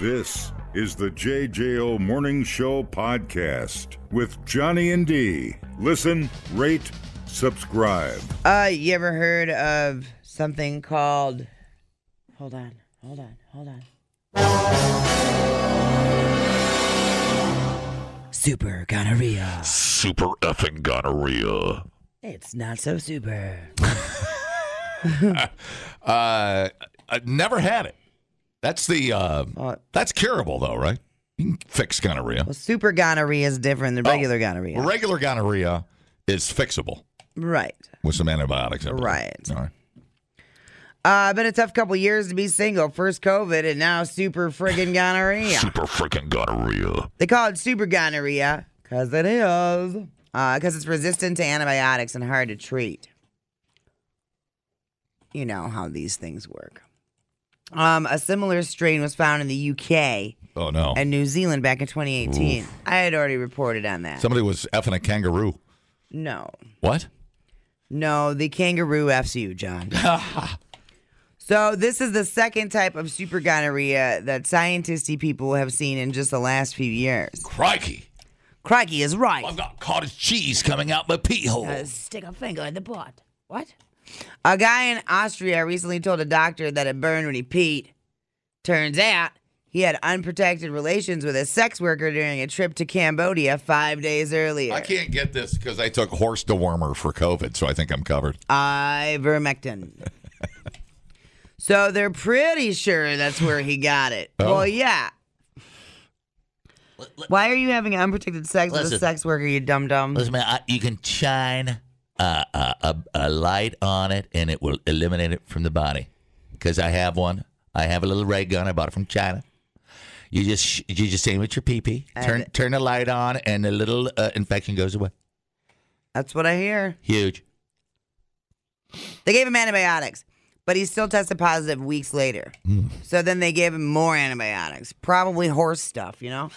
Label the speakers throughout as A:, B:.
A: This is the JJO Morning Show podcast with Johnny and D. Listen, rate, subscribe.
B: Uh, you ever heard of something called? Hold on, hold on, hold on. Super gonorrhea.
C: Super effing gonorrhea.
B: It's not so super.
C: Uh, I never had it. That's the uh,
B: Uh,
C: that's curable though, right? You can fix gonorrhea.
B: well, super gonorrhea is different than regular gonorrhea.
C: Regular gonorrhea is fixable
B: Right.
C: with some antibiotics. I believe.
B: Right.
C: All right.
B: Uh, been a tough couple years to be single. First COVID and now super friggin' gonorrhea.
C: Super freaking gonorrhea.
B: They call it super gonorrhea because it is. Because it's resistant to antibiotics and hard to treat. You know how these things work. Um, a similar strain was found in the UK
C: Oh no!
B: and New Zealand back in 2018. I had already reported on that.
C: Somebody was effing a kangaroo.
B: no.
C: What?
B: No, the kangaroo F's you, John. so this is the second type of super gonorrhea that scientisty people have seen in just the last few years.
C: Crikey!
B: Crikey is right.
C: got cottage cheese coming out my pee hole.
B: stick a finger in the pot. What? A guy in Austria recently told a doctor that it burned when he peed. Turns out he had unprotected relations with a sex worker during a trip to Cambodia five days earlier.
C: I can't get this because I took horse dewormer for COVID, so I think I'm covered.
B: Ivermectin. so they're pretty sure that's where he got it.
D: Oh.
B: Well, yeah. Why are you having unprotected sex with a
D: Listen.
B: sex worker, you dum dum?
D: Listen, man, I, you can shine a, a, a, a light on it and it will eliminate it from the body. Because I have one. I have a little ray gun. I bought it from China. You just sh- you just aim at your pee pee. Turn
B: And-
D: turn the light on, and the little uh, infection goes away.
B: That's what I hear.
D: Huge.
B: They gave him antibiotics, but he still tested positive weeks later. So then they gave him more antibiotics, probably horse stuff, you know?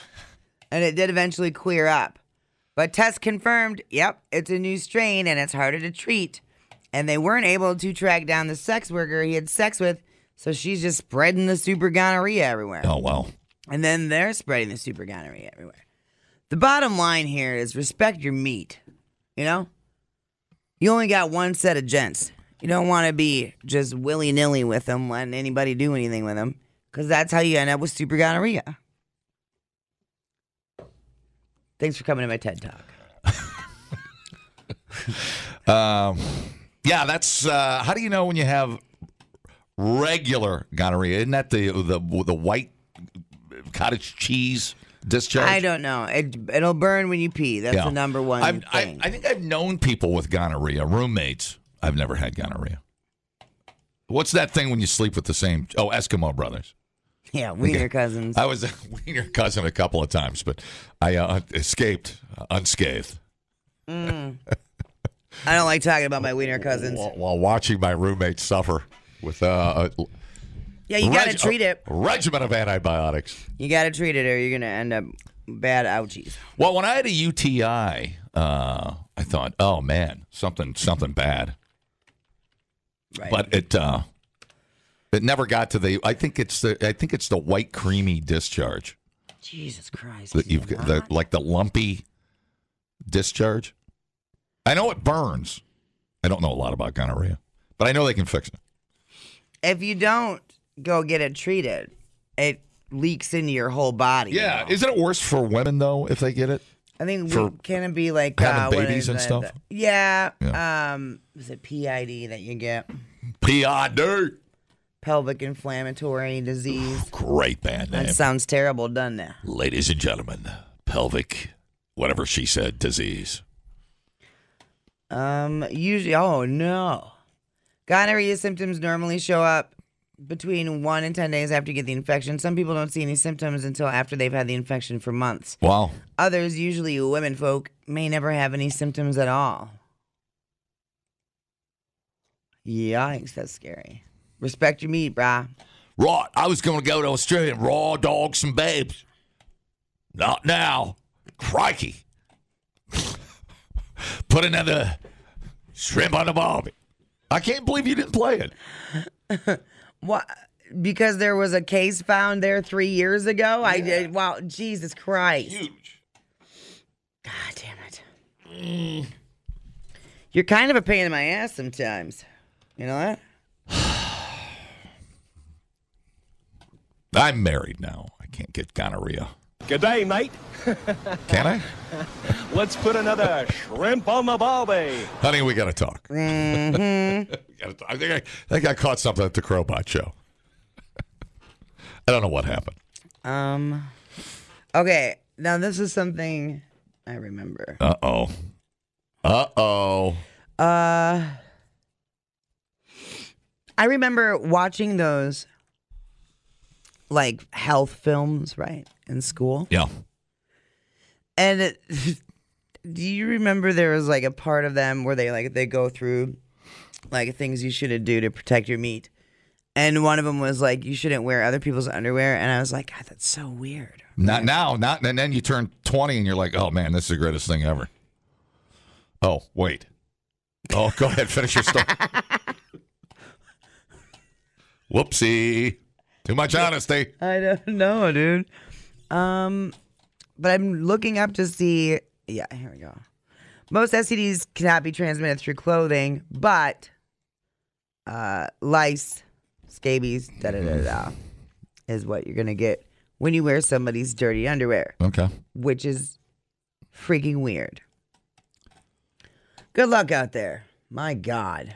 B: And it did eventually clear up. But tests confirmed yep, it's a new strain and it's harder to treat. And they weren't able to track down the sex worker he had sex with, so she's just spreading the super gonorrhea everywhere.
C: Oh well.
B: And then they're spreading the super gonorrhea everywhere. The bottom line here is respect your meat. You know? You only got one set of gents. You don't want to be just willy nilly with them, letting anybody do anything with them, because that's how you end up with super gonorrhea. Thanks for coming to my TED Talk.
C: Um, yeah, that's uh, how do you know when you have regular gonorrhea? Isn't that the the the white cottage cheese discharge?
B: I don't know. It, it'll burn when you pee. That's
C: Yeah.
B: the number one
C: I've- I,
B: thing.
C: I think I've known people with gonorrhea, roommates. I've never had gonorrhea. What's that thing when you sleep with the same? Oh, Eskimo brothers.
B: yeah, wiener cousins.
C: I was a wiener cousin a couple of times, but I uh, escaped uh, unscathed
B: I don't like talking about my wiener cousins.
C: while, while watching my roommate suffer with uh, a
B: Yeah, you gotta
C: reg-
B: treat it.
C: a regimen of antibiotics.
B: You gotta treat it, or you're gonna end up bad ouchies.
C: Well, when I had a UTI, uh, I thought, oh man, something something bad.
B: Right.
C: But it uh, it never got to the. I think it's the. I think it's the white creamy discharge
B: Jesus Christ.
C: that you've got, the, like the lumpy discharge. I know it burns. I don't know a lot about gonorrhea, but I know they can fix it.
B: if you don't go get it treated, it leaks into your whole body. you know?
C: isn't it worse for women though if they get it?
B: I think
C: for
B: we, can it be like uh,
C: having
B: what
C: babies
B: is
C: and
B: it?
C: stuff?
B: yeah. Um, is it PID that you get?
C: PID.
B: Pelvic inflammatory disease.
C: Great band name,
B: That sounds terrible, doesn't it?
C: ladies and gentlemen. Pelvic, whatever she said, disease.
B: Um, usually, oh no, gonorrhea symptoms normally show up between one and ten days after you get the infection. Some people don't see any symptoms until after they've had the infection for months.
C: Wow.
B: Others, usually women folk, may never have any symptoms at all. Yikes, that's scary. Respect your meat, brah.
C: Right, I was going to go to Australia and raw dogs and babes. Not now. Crikey. Put another shrimp on the barbie. I can't believe you didn't play it.
B: What? because there was a case found there three years ago. I did. Wow, Jesus Christ!
C: Huge.
B: God damn it! You're kind of a pain in my ass sometimes. You know that?
C: I'm married now. I can't get gonorrhea.
E: Good day, mate.
C: Can I?
E: Let's put another shrimp on the barbie.
C: Honey, we got to talk. We gotta talk. I, think I, I think I caught something at the Crowbot show. I don't know what happened.
B: Um. Okay, now this is something I remember.
C: Uh oh. Uh oh.
B: Uh, I remember watching those like health films, right, in school.
C: Yeah.
B: And it, do you remember there was like a part of them where they like they go through like things you shouldn't do to protect your meat, and one of them was like you shouldn't wear other people's underwear, and I was like, God, that's so weird.
C: Not now. Not and then you turn twenty and you're like, oh man, this is the greatest thing ever. Oh wait. Oh, go ahead, finish your story. Whoopsie. Too much honesty.
B: I don't know, dude. Um, but I'm looking up to see. Yeah, here we go. Most STDs cannot be transmitted through clothing, but uh, lice, scabies, da da da da, is what you're gonna get when you wear somebody's dirty underwear,
C: Okay.
B: which is freaking weird. Good luck out there. My God.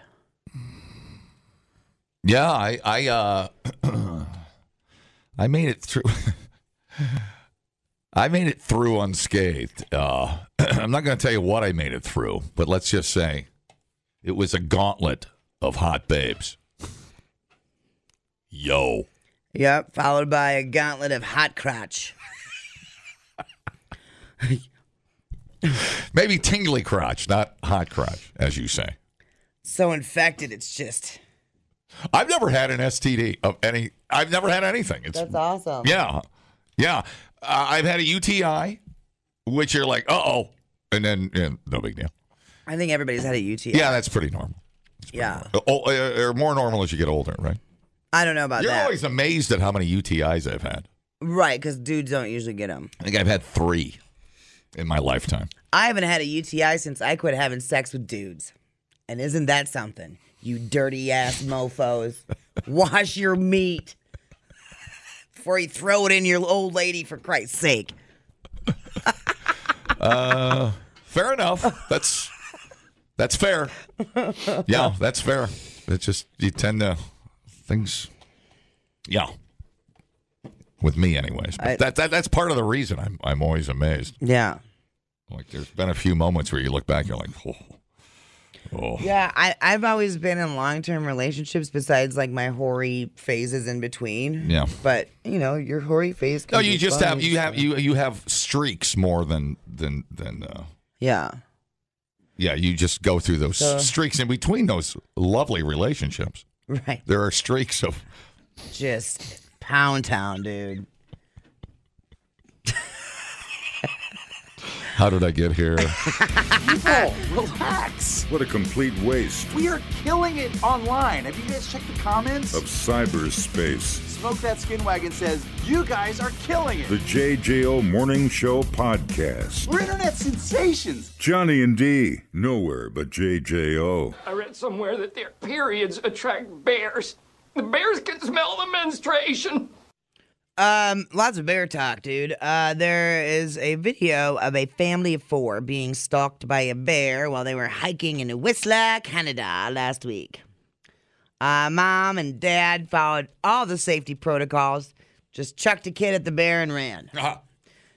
C: Yeah, I I uh I made it through I made it through unscathed. Uh I'm not going to tell you what I made it through, but let's just say it was a gauntlet of hot babes. Yo.
B: Yep, followed by a gauntlet of hot crotch.
C: Maybe tingly crotch, not hot crotch as you say.
B: So infected, it's just.
C: I've never had an STD of any I've never had anything. It's
B: That's awesome.
C: Yeah. Yeah. Uh, I've had a UTI which you're like, "Uh-oh." And then and no big deal.
B: I think everybody's had a UTI.
C: Yeah, that's pretty normal.
B: Yeah.
C: Oh, uh, or more normal as you get older, right?
B: I don't know about
C: You're
B: Uh, that.
C: always amazed at how many UTIs I've had.
B: right, because dudes don't usually get them.
C: I think I've had three in my lifetime.
B: I haven't had a UTI since I quit having sex with dudes. And isn't that something? You dirty ass mofos. Wash your meat before you throw it in your old lady, for Christ's sake.
C: Fair enough. That's that's fair. Yeah, that's fair. It's just you tend to things. Yeah, with me anyways. But
B: I-
C: that, that that's part of the reason I'm I'm always amazed.
B: Yeah.
C: Like there's been a few moments where you look back, you're like, oh, oh.
B: Yeah, I, I've always been in long term relationships besides like my hoary phases in between.
C: Yeah.
B: But, you know, your hoary phase. Can
C: No, you
B: be
C: just
B: fun.
C: have you have you you have streaks more than than than uh,
B: Yeah.
C: yeah. You just go through those
B: So-
C: streaks in between those lovely relationships.
B: Right.
C: There are streaks of
B: Just pound town, dude.
C: how did I get here?
F: Relax.
A: What a complete waste
F: We are killing it online. Have you guys checked the comments?
A: of cyberspace.
F: Smoke That Skin Wagon says, You guys are killing
A: The
F: it.
A: JJO Morning Show Podcast.
F: We're internet sensations.
A: Johnny and D, nowhere but JJO.
G: I read somewhere that their periods attract bears. The bears can smell the menstruation.
B: Um, lots of bear talk, dude. Uh, there is a video of a family of four being stalked by a bear while they were hiking in Whistler, Canada last week. Uh, mom and dad followed all the safety protocols, just chucked a kid at the bear and ran.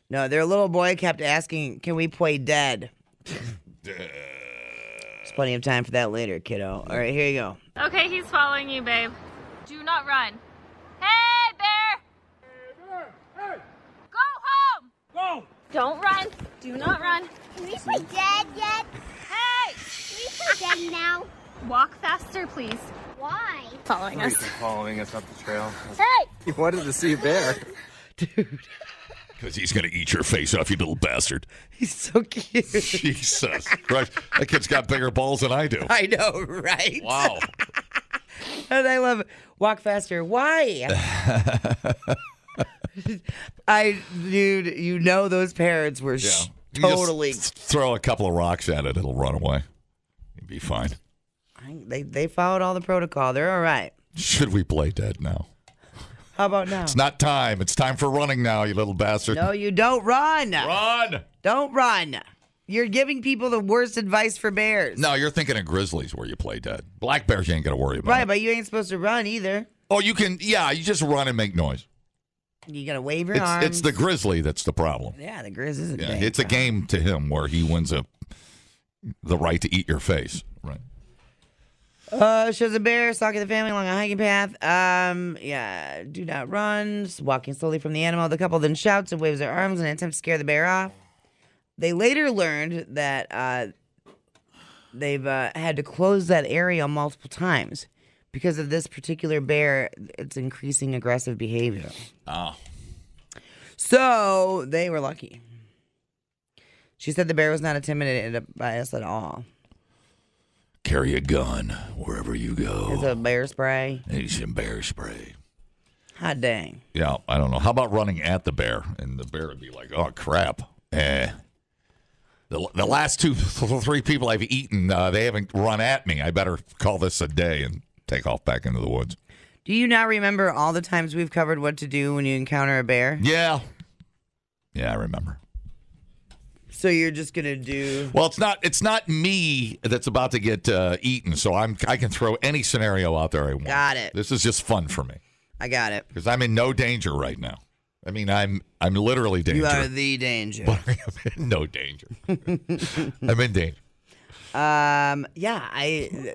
B: No, their little boy kept asking, Can we play dead? There's plenty of time for that later, kiddo. All right, here you go.
H: Okay, he's following you, babe. Do not run. Hey, bear! Go home! Go! Don't run. Do not run.
I: Can we play dead yet?
H: Hey!
I: Can we play dead now?
H: Walk faster, please.
I: Why?
H: Following us.
F: Following us up the trail.
I: Hey!
F: You wanted to see a bear.
C: Because he's gonna eat your face off, you little bastard.
B: He's so cute.
C: Jesus Christ, that kid's got bigger balls than I do.
B: I know, right?
C: Wow,
B: And I love it. walk faster. Why? I, dude, you know those parents were sh-
C: You just
B: totally.
C: th- throw a couple of rocks at it, it'll run away. You'll be fine.
B: They they followed all the protocol. They're all right.
C: Should we play dead now?
B: How about now?
C: It's not time. It's time for running now, you little bastard.
B: No, you don't run.
C: Run!
B: Don't run. You're giving people the worst advice for bears.
C: No, you're thinking of grizzlies where you play dead. Black bears, you ain't got to worry about.
B: Right, but you ain't supposed to run either.
C: oh, you can, yeah, you just run and make noise.
B: You gotta wave your
C: It's,
B: arms.
C: it's the grizzly that's the problem.
B: yeah, the Grizz isn't.
C: Yeah,
B: bad.
C: it's a game to him where he wins a the right to eat your face. Right.
B: Uh, shows a bear stalking the family along a hiking path. Um, yeah, do not run. Just walking slowly from the animal. The couple then shouts and waves their arms in an attempt to scare the bear off. They later learned that uh, they've uh, had to close that area multiple times because of this particular bear. It's increasing aggressive behavior.
C: Oh.
B: So they were lucky. She said the bear was not intimidated by us at all.
C: Carry a gun wherever you go.
B: It's a bear spray.
C: Need some bear spray.
B: Hot dang.
C: Yeah, I don't know. How about running at the bear? And the bear would be like, oh, crap. Eh. The, the last two, three people I've eaten, uh, they haven't run at me. I better call this a day and take off back into the woods.
B: Do you now remember all the times we've covered what to do when you encounter a bear?
C: Yeah. Yeah, I remember.
B: So you're just gonna do
C: Well, it's not it's not me that's about to get uh, eaten, so I'm I can throw any scenario out there I want.
B: Got it.
C: This is just fun for me
B: I got it.
C: because I'm in no danger right now. I mean, I'm I'm literally danger.
B: You are the danger.
C: I'm in no danger. I'm in danger.
B: Um yeah, I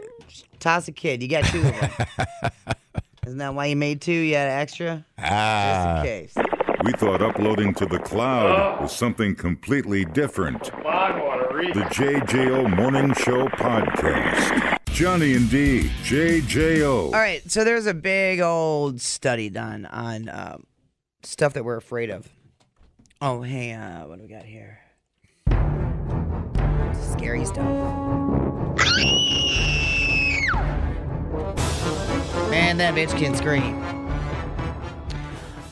B: toss a kid. You got two of them. Isn't that why you made two? You had extra? Just in
C: Ah,
B: case.
A: We thought uploading to the cloud was something completely different. The JJO Morning Show Podcast. Johnny and D, JJO.
B: All right, so there's a big old study done on um, stuff that we're afraid of. Oh, hey, uh, what do we got here? Scary stuff. Man, that bitch can scream.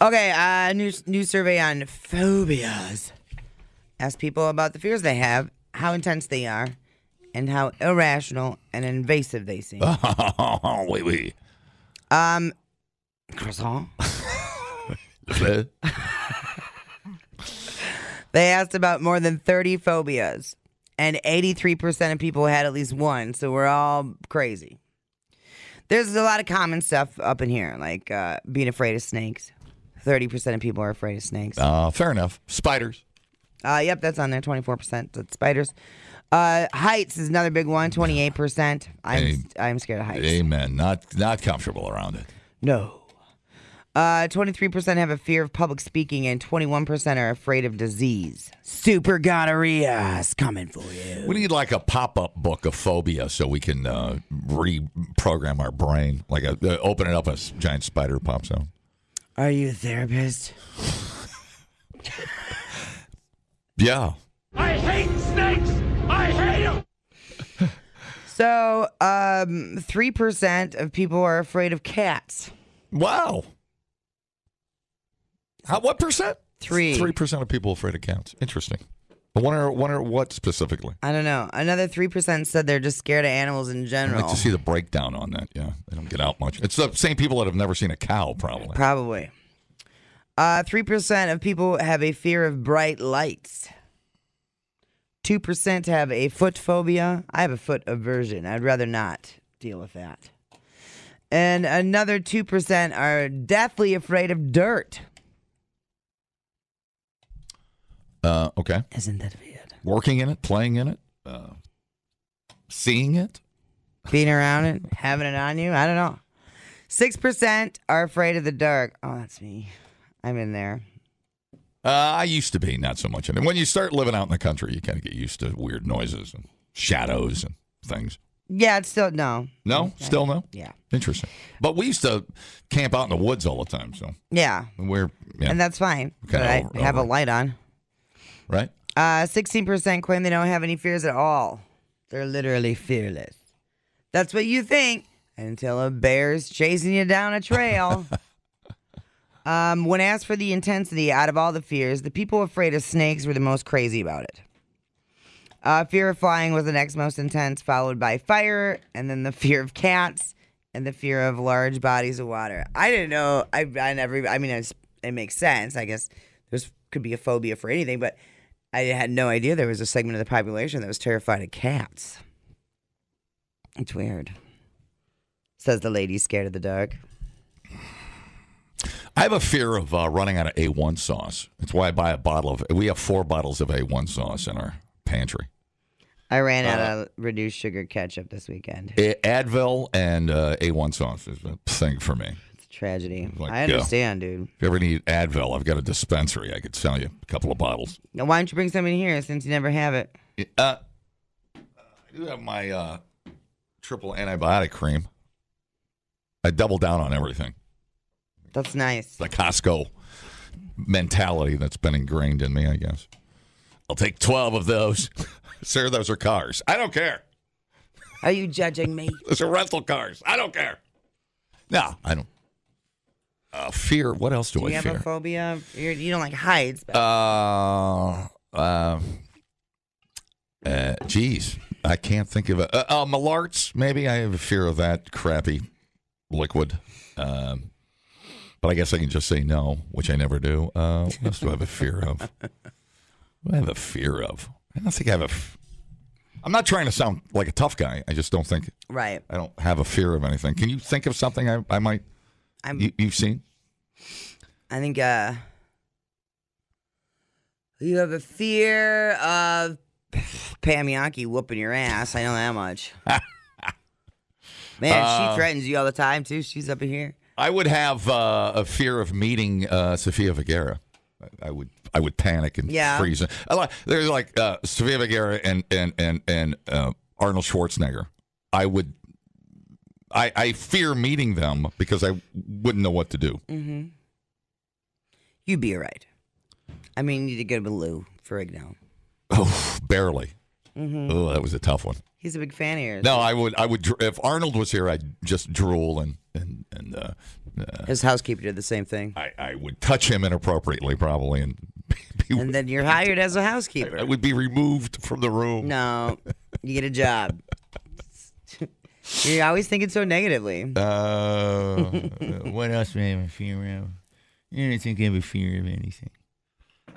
B: Okay, uh, new new survey on phobias. Ask people about the fears they have, how intense they are, and how irrational and invasive they seem.
C: wait, wait.
B: Um, Croissant. They asked about more than 30 phobias, and 83% of people had at least one, so we're all crazy. There's a lot of common stuff up in here, like uh, being afraid of snakes. 30% of people are afraid of snakes.
C: Uh, fair enough. Spiders.
B: Uh, yep, that's on there. 24%. That's spiders. Uh, heights is another big one. 28%.
C: Hey.
B: I'm, I'm scared of heights.
C: Amen. Not not comfortable around it.
B: No. Uh, 23% have a fear of public speaking, and 21% are afraid of disease. Super gonorrhea is coming for you.
C: We need like a pop-up book of phobia so we can uh, reprogram our brain. Like a, uh, open it up, a s- giant spider pops out.
B: Are you a therapist?
C: Yeah.
B: So, um, 3% of people are afraid of cats.
C: Wow. How, what percent?
B: Three.
C: Three percent of people afraid of cats. Interesting. I wonder, wonder what specifically.
B: I don't know. Another 3% said they're just scared of animals in
C: I'd
B: general.
C: like to see the breakdown on that. Yeah, they don't get out much. It's the same people that have never seen a cow, probably.
B: Probably. Uh, 3% of people have a fear of bright lights. 2% have a foot phobia. I have a foot aversion. I'd rather not deal with that. And another 2% are deathly afraid of dirt.
C: Uh, okay.
B: Isn't that weird?
C: Working in it, playing in it, uh, seeing it.
B: being around it, having it on you. I don't know. Six percent are afraid of the dark. Oh, that's me. I'm in there.
C: Uh, I used to be, not so much. And when you start living out in the country, you kind of get used to weird noises and shadows and things.
B: Yeah, it's still no.
C: No, still no.
B: Yeah.
C: Interesting. But we used to camp out in the woods all the time, so
B: Yeah.
C: we're yeah,
B: And that's fine.
C: Okay,
B: but I
C: over-
B: have a
C: over.
B: light on.
C: right.
B: Uh sixteen percent claim they don't have any fears at all. They're literally fearless. That's what you think. until a bear's chasing you down a trail. um, when asked for the intensity out of all the fears, the people afraid of snakes were the most crazy about it. Uh, fear of flying was the next most intense, followed by fire, and then the fear of cats and the fear of large bodies of water. I didn't know. I I never. I mean, it's, it makes sense. I guess there's could be a phobia for anything, but I had no idea there was a segment of the population that was terrified of cats. It's weird. Says the lady scared of the dark.
C: I have a fear of uh, running out of A1 sauce. That's why I buy a bottle of. We have four bottles of A1 sauce in our pantry.
B: I ran out
C: Uh-huh.
B: of reduced sugar ketchup this weekend.
C: A- Advil and uh, A1 sauce is a thing for me.
B: It's a tragedy.
C: Like,
B: I
C: yeah.
B: understand, dude.
C: If you ever need Advil, I've got a dispensary. I could sell you a couple of bottles.
B: Now, why don't you bring some in here since you never have it?
C: Uh, I do have my uh, triple antibiotic cream. I double down on everything.
B: That's nice.
C: the Costco mentality that's been ingrained in me, I guess. I'll take 12 of those. Sir, those are cars. I don't care.
B: Are you judging me?
C: Those are rental cars. I don't care. No, I don't. Uh, fear. What else do,
B: Do
C: I
B: you have
C: fear?
B: a phobia? of- You're, you don't like heights, but
C: uh, uh, uh, geez, I can't think of a. Uh, uh, Malarts, maybe. I have a fear of that crappy liquid. Um, but I guess I can just say no, which I never do. Uh, what else do I have a fear of? What do I have a fear of? I don't think I have a. F- I'm not trying to sound like a tough guy. I just don't think
B: right.
C: I don't have a fear of anything. Can you think of something I, I might
B: I'm.
C: you, you've seen?
B: I think uh, you have a fear of Pam Yonke whooping your ass. I know that much. Man, she threatens you all the time too. She's up in here.
C: I would have uh, a fear of meeting uh, Sofia Vergara. I- I would I would panic and
B: Yeah.
C: freeze. A lot, there's like uh, Sofia Vergara and and and and uh, Arnold Schwarzenegger. I would I I fear meeting them because I wouldn't know what to do.
B: You'd be all right. I mean, you need to go to Lou for Ignal.
C: Oh, barely. Oh, that was a tough one.
B: He's a big fan of yours.
C: No, I would I would dr- if Arnold was here, I'd just drool and and and uh,
B: His housekeeper did the same thing.
C: I I would touch him inappropriately probably and be,
B: And then you're hired as a housekeeper.
C: I would be removed from the room.
B: No, you get a job. You're always thinking so negatively.
C: Uh,
D: what else do I have a fear of? I don't think I have a fear of anything.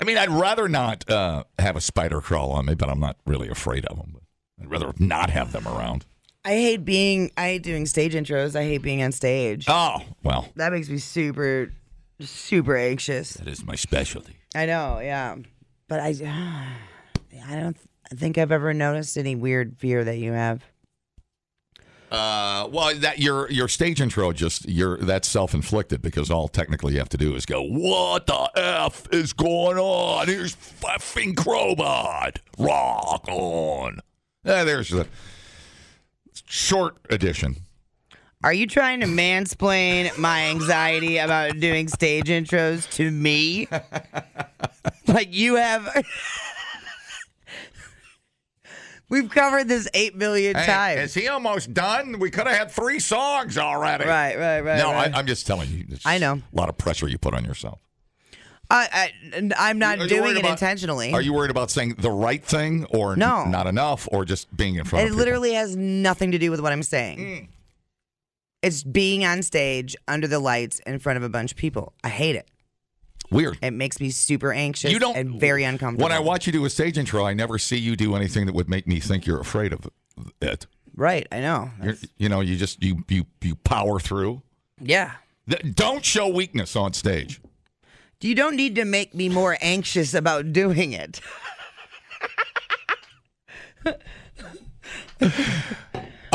C: I mean, I'd rather not uh, have a spider crawl on me, but I'm not really afraid of them. I'd rather not have them around.
B: I hate being, I hate doing stage intros. I hate being on stage.
C: Oh, well,
B: That makes me super, super anxious.
C: that is my specialty.
B: I know, yeah. But I, I don't think I've ever noticed any weird fear that you have.
C: Uh, well, that your your stage intro just your that's self inflicted because all technically you have to do is go, "What the f is going on?" Here's effing crowbot. Rock on. Eh, there's the short edition.
B: Are you trying to mansplain my anxiety about doing stage intros to me? like you have. We've covered this eight million
C: Hey,
B: times.
C: is he almost done? We could have had three songs already.
B: Right, right, right.
C: No,
B: right.
C: I, I'm just telling you. it's
B: I know.
C: A lot of pressure you put on yourself.
B: I, I, am not
C: Are you
B: doing
C: worried
B: it
C: about-
B: intentionally.
C: Are you worried about saying the right thing or n-
B: No.
C: not enough or just being in front
B: It
C: of people? Mm.
B: literally has nothing to do with what I'm saying. It's being on stage under the lights in front of a bunch of people. I hate it.
C: Weird.
B: It makes me super anxious
C: You don't
B: and very uncomfortable.
C: When I watch you do a stage intro, I never see you do anything that would make me think you're afraid of it.
B: Right, I know.
C: You're, you know, you just you you you power through.
B: Yeah.
C: Th- Don't show weakness on stage.
B: You don't need to make me more anxious about doing it.
C: Uh,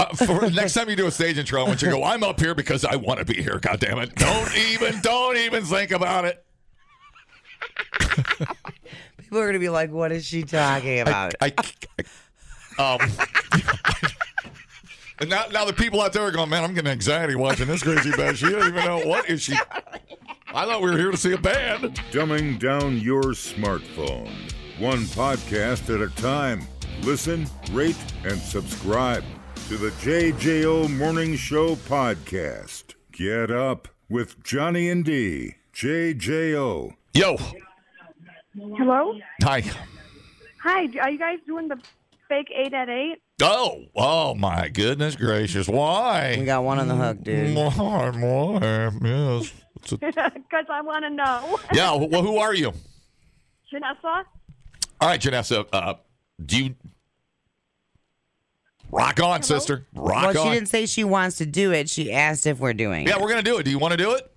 C: for next time you do a stage intro, I want you to go. I'm up here because I want to be here. God damn it! Don't even, don't even think about it.
B: People are going to be like, what is she talking about?
C: I, I- um, and now, now the people out there are going, man, I'm getting anxiety watching this crazy band. She doesn't even know what is she. I thought we were here to see a band.
A: Dumbing down your smartphone. One podcast at a time. Listen, rate, and subscribe to the JJO Morning Show podcast. Get up with Johnny and D. JJO.
C: Yo.
J: Hello?
C: Hi.
J: Hi, are you guys doing the fake 8 at 8?
C: Oh, oh my goodness gracious. Why?
B: We got one on the hook, dude.
C: Why, why? Yes. It's a-
J: Because I want to know.
C: yeah, well, who are you?
J: Janessa?
C: All right, Janessa, uh, do you rock on, sister?
B: well,
C: Rock
B: she
C: on.
B: didn't say she wants to do it. She asked if we're doing
C: Yeah,
B: it.
C: we're gonna do it. Do you want to do it?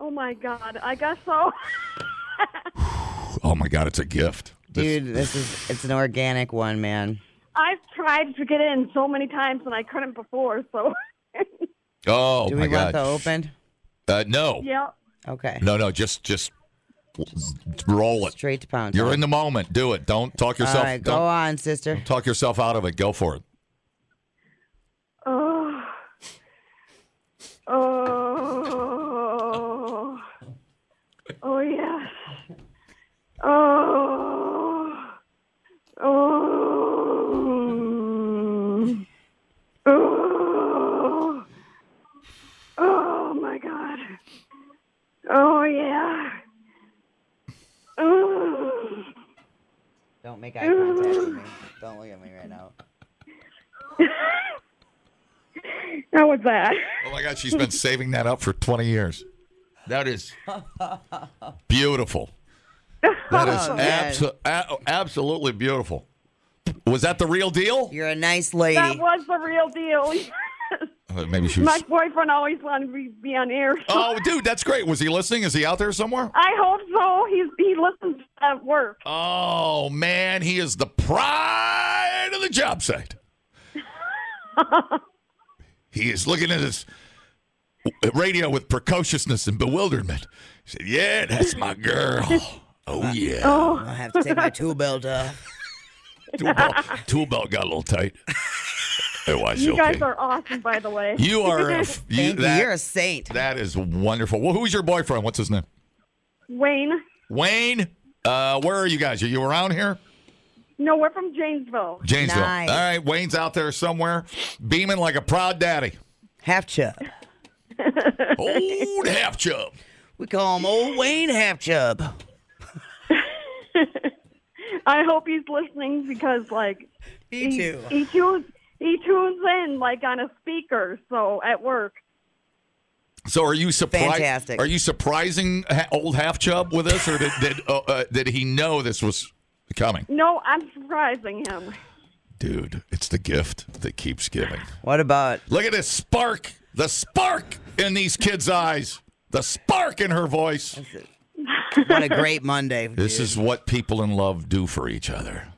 J: Oh my god, I guess so.
C: Oh my God, it's a gift, This-
B: Dude, this is it's an organic one, man.
J: I've tried to get in so many times and I couldn't before, so.
C: oh
B: Do
C: my
B: we want
C: God.
B: the open?
C: Uh, no,
J: yeah.
B: Okay.
C: no, no. Just, just roll it.
B: Straight to pound.
C: You're
B: town.
C: in the moment. Do it. Don't talk
B: All
C: yourself.
B: right, go
C: don't
B: on, sister.
C: talk yourself out of it. Go for it.
J: Oh. Oh. Oh, yes. Oh. Oh. Oh. Oh, my God. Oh, yeah. Oh.
B: Don't make eye contact with me. Don't look at me right now.
J: How was that?
C: Oh my God, she's been saving that up for 20 years. That is beautiful. That is
B: Oh, man.
C: abso- a- absolutely beautiful. Was that the real deal?
B: You're a nice lady.
J: That was the real deal.
C: Uh, Maybe she was.
J: My boyfriend always wanted me to be on air. so-
C: Oh, dude, that's great. Was he listening? Is he out there somewhere?
J: I hope so. He's he listens at work.
C: Oh man, he is the pride of the job site. he is looking at his radio with precociousness and bewilderment. He said, "Yeah, that's my girl. Oh yeah,
B: I have to take my tool belt off.
C: tool belt, tool belt got a little tight. It was
J: You
C: okay.
J: guys are awesome, by the way.
C: you are a, f- you,
B: Thank you.
C: that-
B: You're a saint.
C: that is wonderful. Well, who's your boyfriend? What's his name?
J: Wayne.
C: Wayne. Uh, where are you guys? Are you around here?
J: No, we're from Janesville.
C: Janesville.
B: Nice.
C: All right, Wayne's out there somewhere, beaming like a proud daddy.
B: Half chub.
C: Old half chub.
B: We call him Old Wayne Half Chub.
J: I hope he's listening because like
B: Me
J: he,
B: too.
J: he tunes he tunes in like on a speaker, so at work.
C: So are you surprised?
B: Fantastic.
C: Are you surprising ha- old half chub with us, or did did, uh, uh, did he know this was coming?
J: No, I'm surprising him.
C: Dude, it's the gift that keeps giving.
B: What about
C: Look at this spark. The spark in these kids' eyes. The spark in her voice.
B: what a great Monday?
C: This
B: dude.
C: is what people in love do for each other.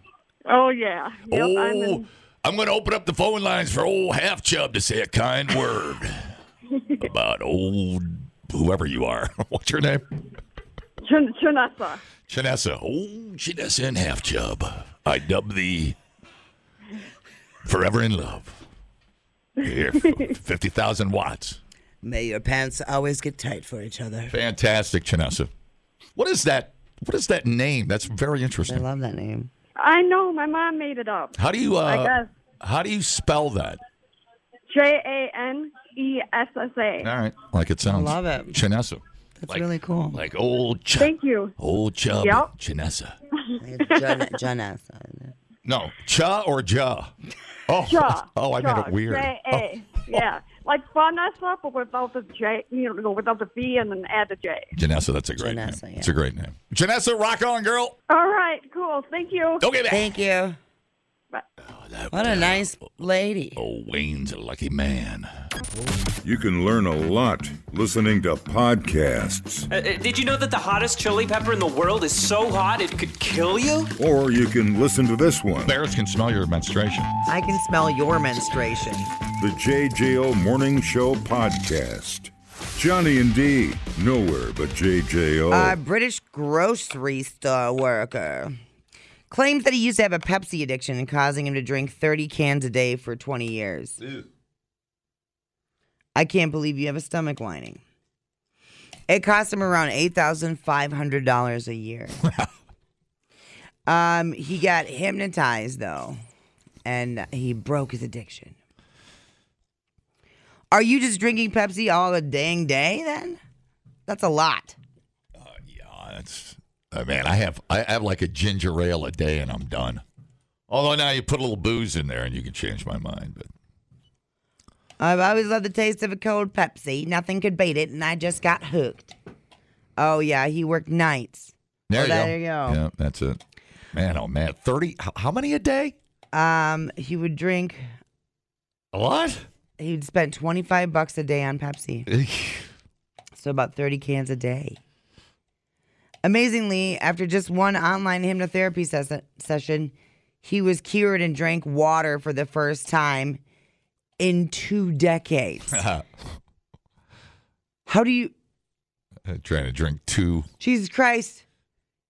J: Oh yeah. Yep, I'm
C: oh,
J: in.
C: I'm going to open up the phone lines for old half chub to say a kind word about old whoever you are. What's your name? Oh.
J: Jan- Janessa.
C: Janessa. Oh, Janessa and half chub. I dub thee forever in love. Here, 50,000 watts.
B: May your pants always get tight for each other.
C: Fantastic, Janessa. What is that? What is that name? That's very
B: I
C: interesting.
B: love that name.
J: I know my mom made it up.
C: How do you uh,
J: guess.
C: how do you spell that?
J: J A N E S S A.
C: All right, like it sounds.
B: love it.
C: Janessa.
B: That's
C: Like-
B: really cool.
C: Like old chub.
J: Thank you.
C: Old chub.
J: Yep.
C: Janessa.
B: It's Jan- Janessa.
C: No, cha or ja? Oh,
J: Ja.
C: oh, I
J: ja,
C: made it weird. Oh,
J: J A. Yeah, like Vanessa, but without the J, you know, without the V, and then add the J.
C: Janessa, that's a great
B: Janessa,
C: name.
B: yeah.
C: It's a great name. Janessa, rock on, girl.
J: All right, cool. Thank you.
C: Okay, back.
B: Thank you. What a nice lady.
C: Oh, Wayne's a lucky man.
A: You can learn a lot listening to podcasts.
K: Uh, uh, did you know that the hottest chili pepper in the world is so hot it could kill you?
A: Or you can listen to this one.
C: Bears can smell your menstruation.
B: I can smell your menstruation.
A: The JJO Morning Show Podcast. Johnny and D, nowhere but JJO.
B: A British grocery store worker claims that he used to have a Pepsi addiction and causing him to drink 30 cans a day for 20 years. I can't believe you have a stomach lining. It cost him around $8,500 a year. um, he got hypnotized, though, and he broke his addiction. Are you just drinking Pepsi all the dang day then? That's a lot.
C: Oh, that's oh, man. I have I have like a ginger ale a day, and I'm done. Although now you put a little booze in there, and you can change my mind. But
B: I've always loved the taste of a cold Pepsi. Nothing could beat it, and I just got hooked. Oh yeah, he worked nights.
C: there,
B: Oh,
C: you,
B: there
C: go.
B: you go.
C: Yeah, that's it. Man, oh man, thirty. How, how many a day?
B: Um, he would drink.
C: What?
B: He'd spend twenty five bucks a day on Pepsi. so about thirty cans a day. Amazingly, after just one online hypnotherapy ses- session, he was cured and drank water for the first time in two decades. How do you?
C: I'm Uh, trying to drink two.
B: Jesus Christ,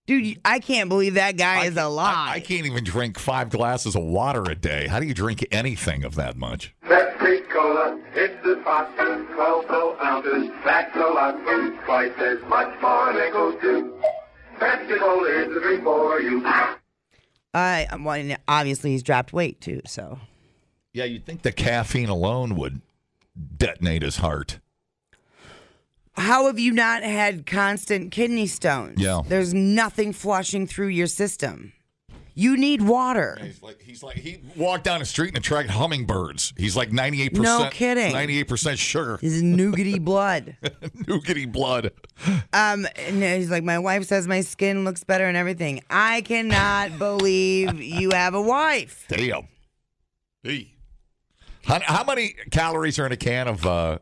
B: dude! you- I can't believe that guy is alive.
C: I can't even drink five glasses of water a day. How do you drink anything of that much?
L: Pepsi Cola in the pot, 12 ounces. That's a lot, twice as much more than goes to. Pepsi Cola is the drink for you.
B: I um, well, and obviously he's dropped weight too. So
C: Yeah, you'd think the caffeine alone would detonate his heart.
B: how have you not had constant kidney stones?
C: Yeah.
B: There's nothing flushing through your system. You need water.
C: He's like he's like he walked down the street and attracted hummingbirds. He's like ninety eight percent.
B: No kidding.
C: Ninety eight percent sugar.
B: His nougaty blood.
C: Nougaty blood.
B: Um, and he's like, my wife says my skin looks better and everything. I cannot believe you have a wife.
C: Damn. Hey. How, how many calories are in a can of uh,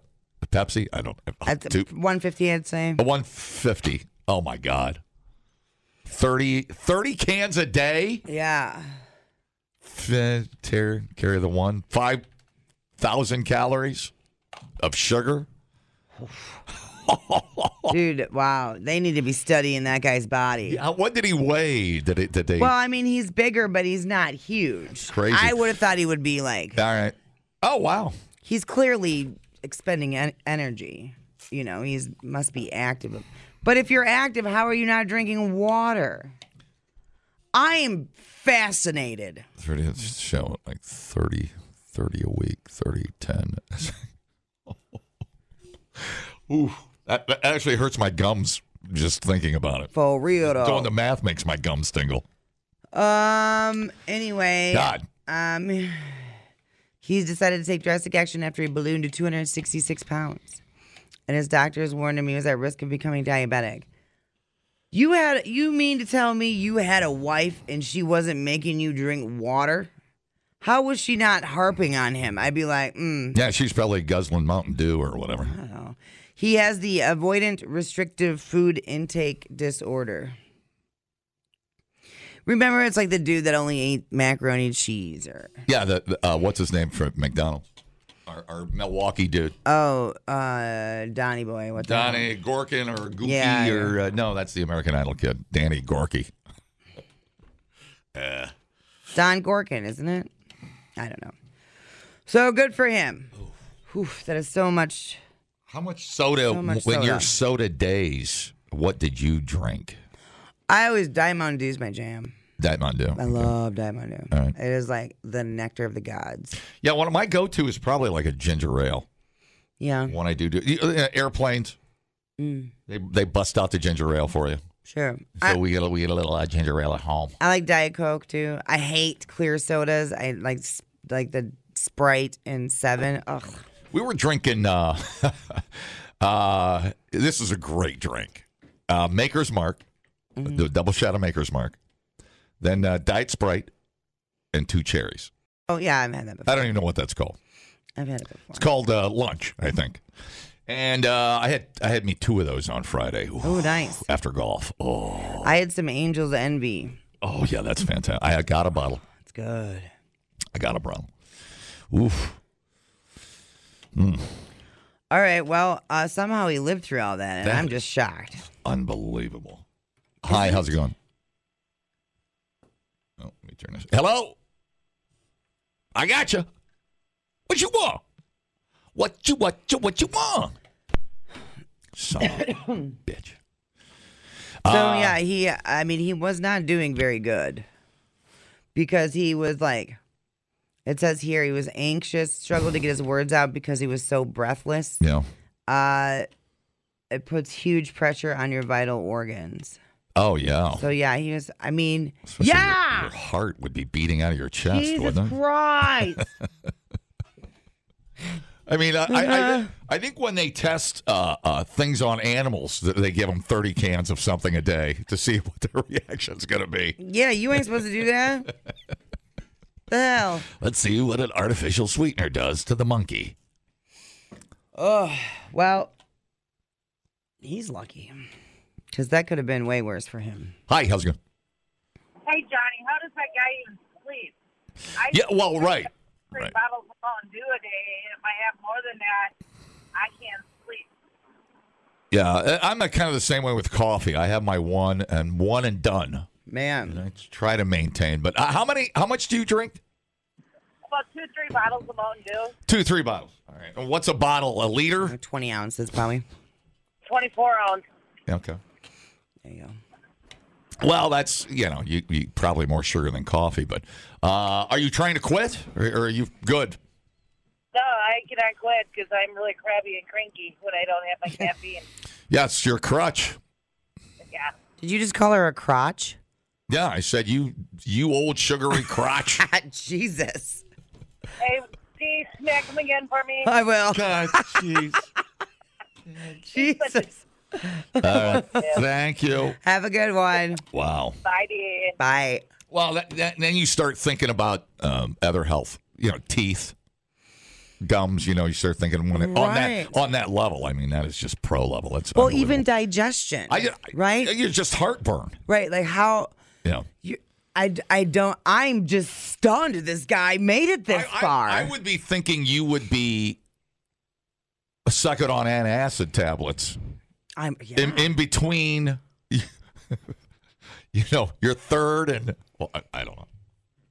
C: Pepsi? I don't.
B: That's
C: two,
B: 150, I'd say.
C: one fifty. Oh my god. 30, 30 cans a day.
B: Yeah.
C: Uh, tear, carry the one. Five thousand calories of sugar.
B: Dude, wow. They need to be studying that guy's body.
C: Yeah, what did he weigh? Did it? Did they?
B: Well, I mean, he's bigger, but he's not huge.
C: crazy.
B: I would have thought he would be like.
C: All right. Oh wow.
B: He's clearly expending en- energy. You know, he's must be active. But if you're active, how are you not drinking water? I am fascinated.
C: 30 it's showing like 30 30 a week 30 10 Ooh, that, that actually hurts my gums just thinking about it
B: for real though.
C: doing the math makes my gums tingle
B: Um. Anyway.
C: God.
B: Um. He's decided to take drastic action after he ballooned to 266 pounds, and his doctors warned him he was at risk of becoming diabetic. You had you mean to tell me you had a wife and she wasn't making you drink water? How was she not harping on him? I'd be like, mm.
C: yeah she's probably guzzling mountain dew or whatever
B: Uh-huh. He has the avoidant restrictive food intake disorder. Remember, it's like the dude that only ate macaroni and cheese or
C: yeah the, the, uh, what's his name from mcdonald's our, our milwaukee dude
B: Oh, uh, Donny boy, what the hell?
C: Donnie Gorkin or Goofy
B: Yeah, yeah.
C: or uh, no, that's the American Idol kid, Danny Gorky. Uh,
B: Don Gorkin, isn't it? I don't know. So good for him. Whew, that is so much.
C: How much soda?
B: So much
C: when
B: soda.
C: your soda days, what did you drink?
B: I always Diamond Dew's my jam.
C: Diet Mountain Dew.
B: I love Diamond Dew.
C: All right.
B: It is like the nectar of the gods.
C: Yeah, one of my go-to is probably like a ginger ale.
B: Yeah.
C: One I do do you- uh, airplanes.
B: Mm,
C: They they bust out the ginger ale for you.
B: sure.
D: So
B: I,
D: we get a, we get a little uh, ginger ale at home.
B: I like Diet Coke too. I hate clear sodas. I like s- like the Sprite and Seven. Ugh.
C: We were drinking. Uh, uh, this is a great drink. Uh, Maker's Mark, the double shot of Maker's Mark, then uh, Diet Sprite, and two cherries.
B: Oh yeah, I've had that. Before.
C: I don't even know what that's called.
B: I've had it before.
C: It's called uh, lunch, I think. And uh, I had I had me two of those on Friday.
B: Oh, nice.
C: After golf. Oh,
B: I had some Angel's Envy.
C: oh yeah, that's fantastic. I got a bottle.
B: It's good.
C: I got a bottle. Oof. Mm,
B: All right. Well, uh, somehow he lived through all that, and
C: That-
B: I'm just shocked.
C: unbelievable. Hi, how's it going? Oh, let me turn this. Hello. I got you. What you want? What you what you what you want? Son of a bitch.
B: So yeah, he. I mean, he was not doing very good because he was like, It says here he was anxious, struggled to get his words out because he was so breathless.
C: Yeah.
B: Uh, it puts huge pressure on your vital organs.
C: Oh yeah.
B: So yeah, he was. I mean,
C: Especially your-
B: yeah.
C: Your heart would be beating out of your chest,
B: Jesus
C: wouldn't it?
B: Christ.
C: I mean, I, I, I, I think when they test uh, uh, things on animals, th- they give them 30 cans of something a day to see what their reaction's going to be.
B: yeah, you ain't supposed to do that. the hell.
M: Let's see what an artificial sweetener does to the monkey.
B: Oh well, he's lucky because that could have been way worse for him.
C: Hi, how's it going?
J: Hey, Johnny, how does that guy even sleep? I
C: Yeah, well, right.
J: three
C: Right.
J: bottles of Mountain Dew a day, and if I have more than that, I can't sleep.
C: Yeah, I- I'm the, kind of the same way with coffee. I have my one and one and done.
B: Man,
C: I try to maintain. But uh, how many? How much do you drink?
J: About two, three bottles of Mountain Dew,
C: Two, three bottles. All right. And What's a bottle? A liter?
B: Twenty ounces, probably.
J: 24 ounce.
C: Okay.
B: There you
C: go. Well, that's you know you, you probably more sugar than coffee, but uh, are you trying to quit or, or are you good?
J: No, I cannot quit because I'm really crabby and cranky when I don't have my caffeine.
C: Yes, your crutch.
J: yeah.
B: Did you just call her a crotch?
C: Yeah, I said you you old sugary crotch.
B: Ah, Jesus.
J: Hey, see, smack him again for me.
B: I will.
C: God, jeez.
B: Jesus.
C: All right. Thank you.
B: Have a good one.
C: Wow.
J: Bye, dear.
B: Bye.
C: Well, that, that, then you start thinking about um, other health, you know, teeth, gums. You know, you start thinking when it, on
B: Right.
C: that on that level. I mean, that is just pro level. That's
B: Well, even digestion. right?
C: You're just heartburn.
B: right. Like how
C: You know,
B: you. I, I don't. I'm just stunned. This guy made it this far.
C: I would be thinking you would be suck it on antacid tablets.
B: I'm
C: in, in between. You know, your third and well, I, I don't know.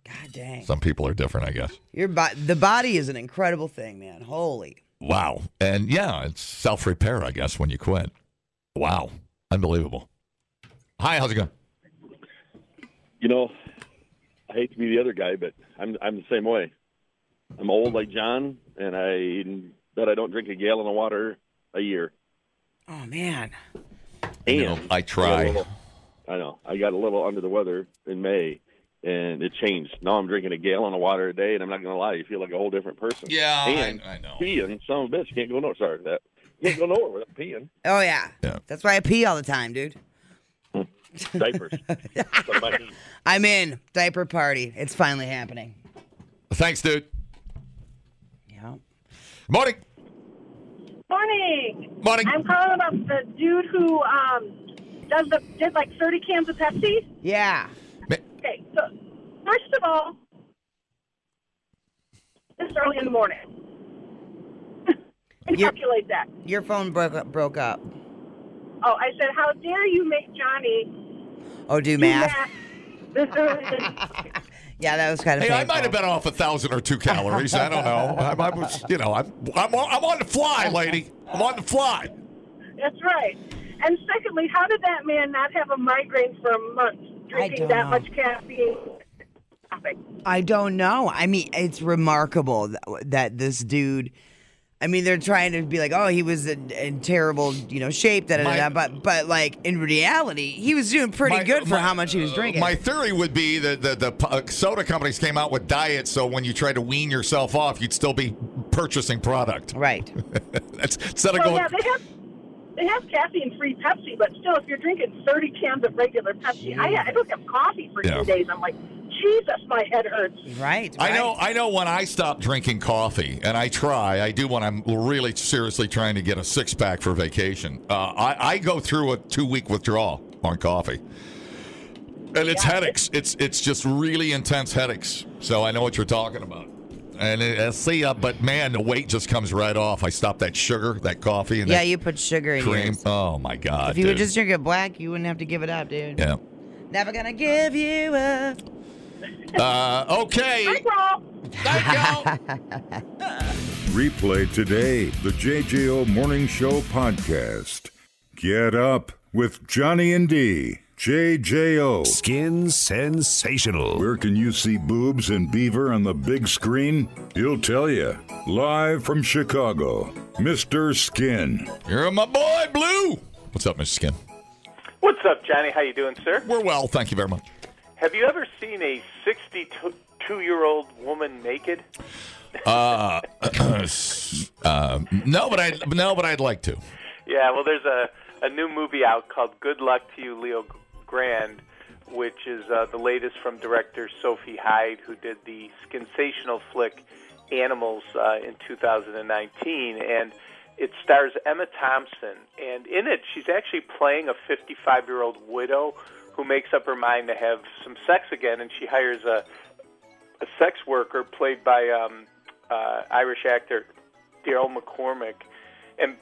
B: God dang.
C: Some people are different, I guess.
B: Your bo- the body is an incredible thing, man. Holy.
C: Wow. And yeah, it's self repair, I guess, when you quit. Wow. Unbelievable. Hi, how's it going?
N: You know, I hate to be the other guy, but I'm I'm the same way. I'm old like John, and I bet I don't drink a gallon of water a year.
B: Oh man.
N: And
C: I
N: I,
C: try.
N: got a little- I know I got a little under the weather in May, and it changed. Now I'm drinking a gallon of water a day, and I'm not going to lie, you feel like a whole different person.
C: Yeah, I-
N: and
C: I know.
N: Peeing, some of a bitch can't go nowhere. Sorry for that. Can't go nowhere without peeing.
B: Oh yeah. That's why I pee all the time, dude.
N: Diapers. Somebody-
B: I'm in diaper party. It's finally happening.
C: Thanks, dude.
B: Yeah.
C: Morning.
J: Morning.
C: Morning.
J: I'm calling about the dude who um does the did like 30 cans of Pepsi.
B: Yeah.
J: Okay, so first of all, this early in the morning. and calculate that.
B: Your phone broke up, broke up.
J: Oh, I said, how dare you make Johnny
B: Oh, do
J: do
B: math.
J: that this early? in the-"
B: Yeah, that was kind of.
C: Hey, I
B: painful.
C: might have been off a thousand or two calories. I don't know. I, I was, you know, I'm, I'm, on, I'm on the fly, lady. I'm on the fly.
J: That's right. And secondly, how did that man not have a migraine for a month drinking
B: don't
J: that
B: know.
J: much caffeine?
B: I don't know. I mean, it's remarkable that, that this dude. I mean, they're trying to be like, oh, he was in, in terrible, you know, shape. Da, da, da, da, but but like in reality, he was doing pretty
C: My-
B: good for
C: my-
B: how much he was
C: uh,
B: drinking.
C: My theory would be that the, the uh, soda companies came out with diets, so when you tried to wean yourself off, you'd still be purchasing product.
B: Right.
C: That's instead of
J: well,
C: going.
J: yeah, they have they have caffeine-free Pepsi, but still, if you're drinking 30 cans of regular Pepsi, I, I don't have coffee for
C: Yeah.
J: two days. I'm like, Jesus, my head hurts.
B: Right.
C: I know. I know when I stop drinking coffee, and I try. I do when I'm really seriously trying to get a six pack for vacation. Uh, I, I go through a two week withdrawal on coffee, and it's headaches. It's it's just really intense headaches. So I know what you're talking about. And it, uh, see, uh, but man, the weight just comes right off. I stop that sugar, that coffee, and
B: yeah,
C: that
B: you put sugar in
C: cream.
B: yours.
C: Oh my god!
B: If you would
C: dude.
B: just drink it black, you wouldn't have to give it up, dude.
C: yeah.
B: Never gonna give you up.
C: Uh, okay.
A: Replay today the JJO Morning Show podcast. Get up with Johnny and D. JJO. Skin sensational. Where can you see boobs and beaver on the big screen? He'll tell you. Live from Chicago, Mr. Skin.
C: You're my boy, Blue. What's up, Mr. Skin?
N: What's up, Johnny? How you doing, sir?
C: We're well, thank you very much.
N: Have you ever seen a 62-year-old woman naked?
C: Uh, uh, no, but I no, but I'd like to.
N: Yeah, well, there's a, a new movie out called Good Luck to You, Leo Grand, which is uh, the latest from director Sophie Hyde, who did the sensational flick Animals uh, in 2019. And it stars Emma Thompson. And in it, she's actually playing a 55 year old widow who makes up her mind to have some sex again. And she hires a, a sex worker played by um, uh, Irish actor Daryl McCormick. And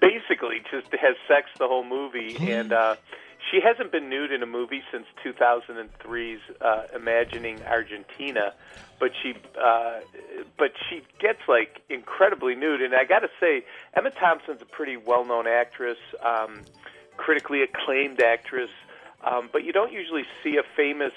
N: basically just has sex the whole movie and uh she hasn't been nude in a movie since 2003's uh, Imagining Argentina, but she uh, but she gets like incredibly nude. And I got to say, Emma Thompson's a pretty well-known actress, um, critically acclaimed actress, um, but you don't usually see a famous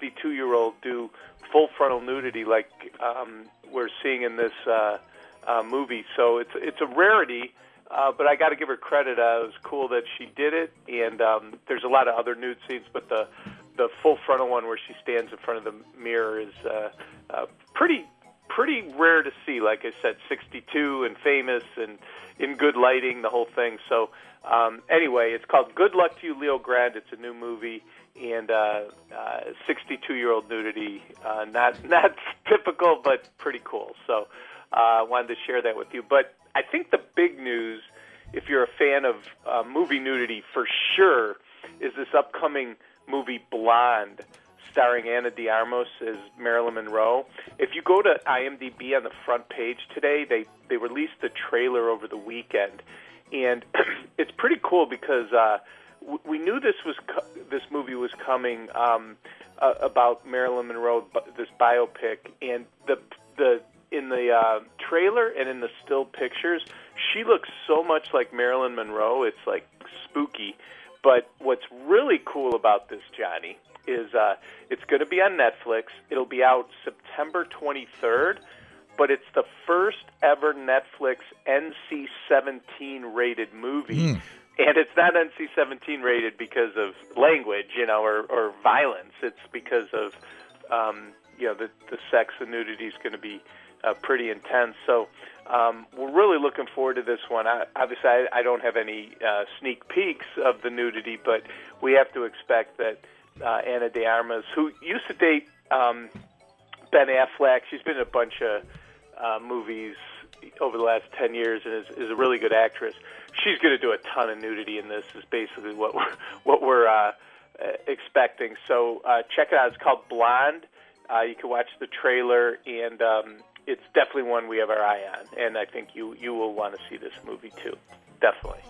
N: 62-year-old do full frontal nudity like um, we're seeing in this uh, uh, movie. So it's it's a rarity. Uh, but I got to give her credit. Uh, it was cool that she did it, and um, there's a lot of other nude scenes, but the the full frontal one where she stands in front of the mirror is uh, uh, pretty pretty rare to see. Like I said, 62 and famous and in good lighting, the whole thing. So um, anyway, it's called Good Luck to You, Leo Grand. It's a new movie. And uh, uh, 62-year-old nudity, uh, not not typical, but pretty cool. So I uh, wanted to share that with you. But I think the big news, if you're a fan of uh, movie nudity for sure, is this upcoming movie Blonde, starring Anna DiArmos as Marilyn Monroe. If you go to IMDb on the front page today, they they released the trailer over the weekend, and it's pretty cool because. Uh, w- we knew this was co- this movie was coming um, uh, about Marilyn Monroe, bu- this biopic, and the the in the uh, trailer and in the still pictures, she looks so much like Marilyn Monroe. It's like spooky. But what's really cool about this, Johnny, is uh, it's going to be on Netflix. It'll be out September 23rd, but it's the first ever Netflix NC 17 rated movie and it's not NC-17 rated because of language, you know, or, or violence. It's because of, um, you know, the, the sex and nudity is going to be uh, pretty intense. So um, we're really looking forward to this one. I, obviously, I, I don't have any uh, sneak peeks of the nudity, but we have to expect that uh, Anna De Armas, who used to date um, Ben Affleck, she's been in a bunch of uh, movies over the last 10 years and is, is a really good actress. She's going to do a ton of nudity in this. Is basically what we're what we're uh, uh, expecting. So uh, check it out. It's called Blonde. Uh, you can watch the trailer, and um, it's definitely one we have our eye on. And I think you you will want to see this movie too. Definitely.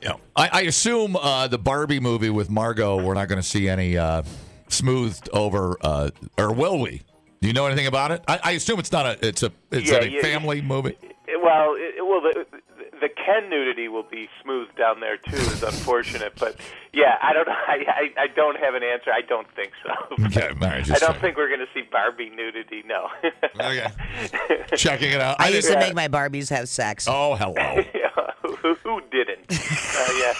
C: Yeah. I, I assume uh, the Barbie movie with Margot, we're not going to see any uh, smoothed over, uh, or will we? Do you know anything about it? I, I assume it's not a it's a it's
N: Yeah,
C: a
N: yeah,
C: family movie.
N: It- Well, it, it- well, the, the Ken nudity will be smoothed down there too. Is unfortunate, but yeah, I don't know. I, I, I don't have an answer. I don't think so.
C: Okay, all right,
N: I
C: just
N: don't
C: checking.
N: think we're going to see Barbie nudity. No.
C: okay. checking it out.
B: I used to
N: Yeah.
B: make my Barbies have sex.
C: Oh, hello.
N: who, who didn't? Uh, yeah.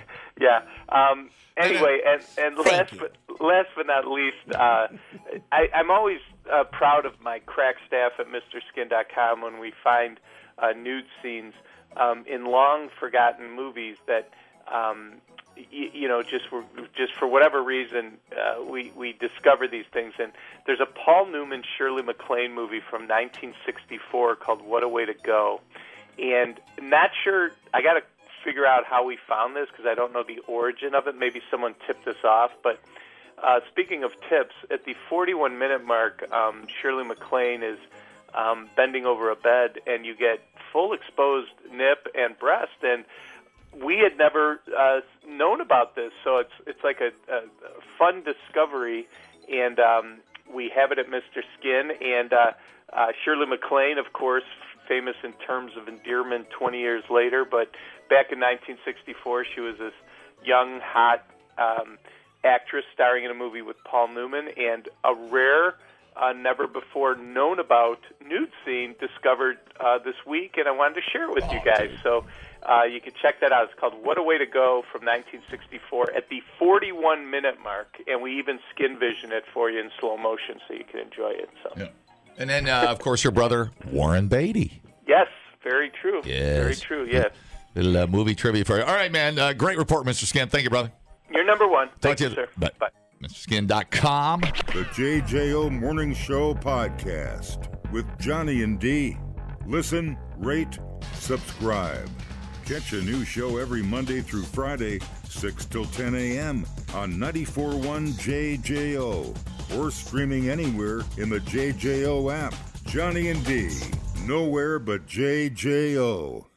N: Yeah. Um, anyway, and, and last but, last but not least, uh, I, I'm always uh, proud of my crack staff at MrSkin.com when we find uh, nude scenes um, in long forgotten movies that um, you, you know just were, um, just for whatever reason uh, we we discover these things. And there's a Paul Newman Shirley MacLaine movie from 1964 called What a Way to Go and not sure. I got to figure out how we found this because I don't know the origin of it. Maybe someone tipped us off. But uh, speaking of tips, at the 41 minute mark, um, Shirley MacLaine is um, bending over a bed, and you get full exposed nip and breast. And we had never uh, known about this, so it's it's like a, a a fun discovery, and um, we have it at Mr. Skin and uh, uh, Shirley MacLaine, of course, famous in terms of endearment 20 years later. But back in 1964, she was this young, hot um, actress starring in a movie with Paul Newman, and a rare, uh, never before known about nude scene discovered uh, this week, and I wanted to share it with you guys. So uh, you can check that out. It's called What a Way to Go from 1964 at the 41 minute mark, and we even skin vision it for you in slow motion so you can enjoy it. So
C: And then, uh, of course, your brother Warren Beatty.
N: yes, very true. Very
C: Yes.
N: true. Yes.
C: Little uh, movie trivia for you. All right, man. Uh, great report, Mr. Skin. Thank you, brother.
N: You're number one.
C: Talk to you, sir. Bye. Bye. MrSkin.com.
A: The JJO Morning Show podcast with Johnny and D. Listen, rate, subscribe. Catch a new show every Monday through Friday, 6 till 10 a.m. on 94.1 JJO or streaming anywhere in the JJO app. Johnny and D. Nowhere but JJO.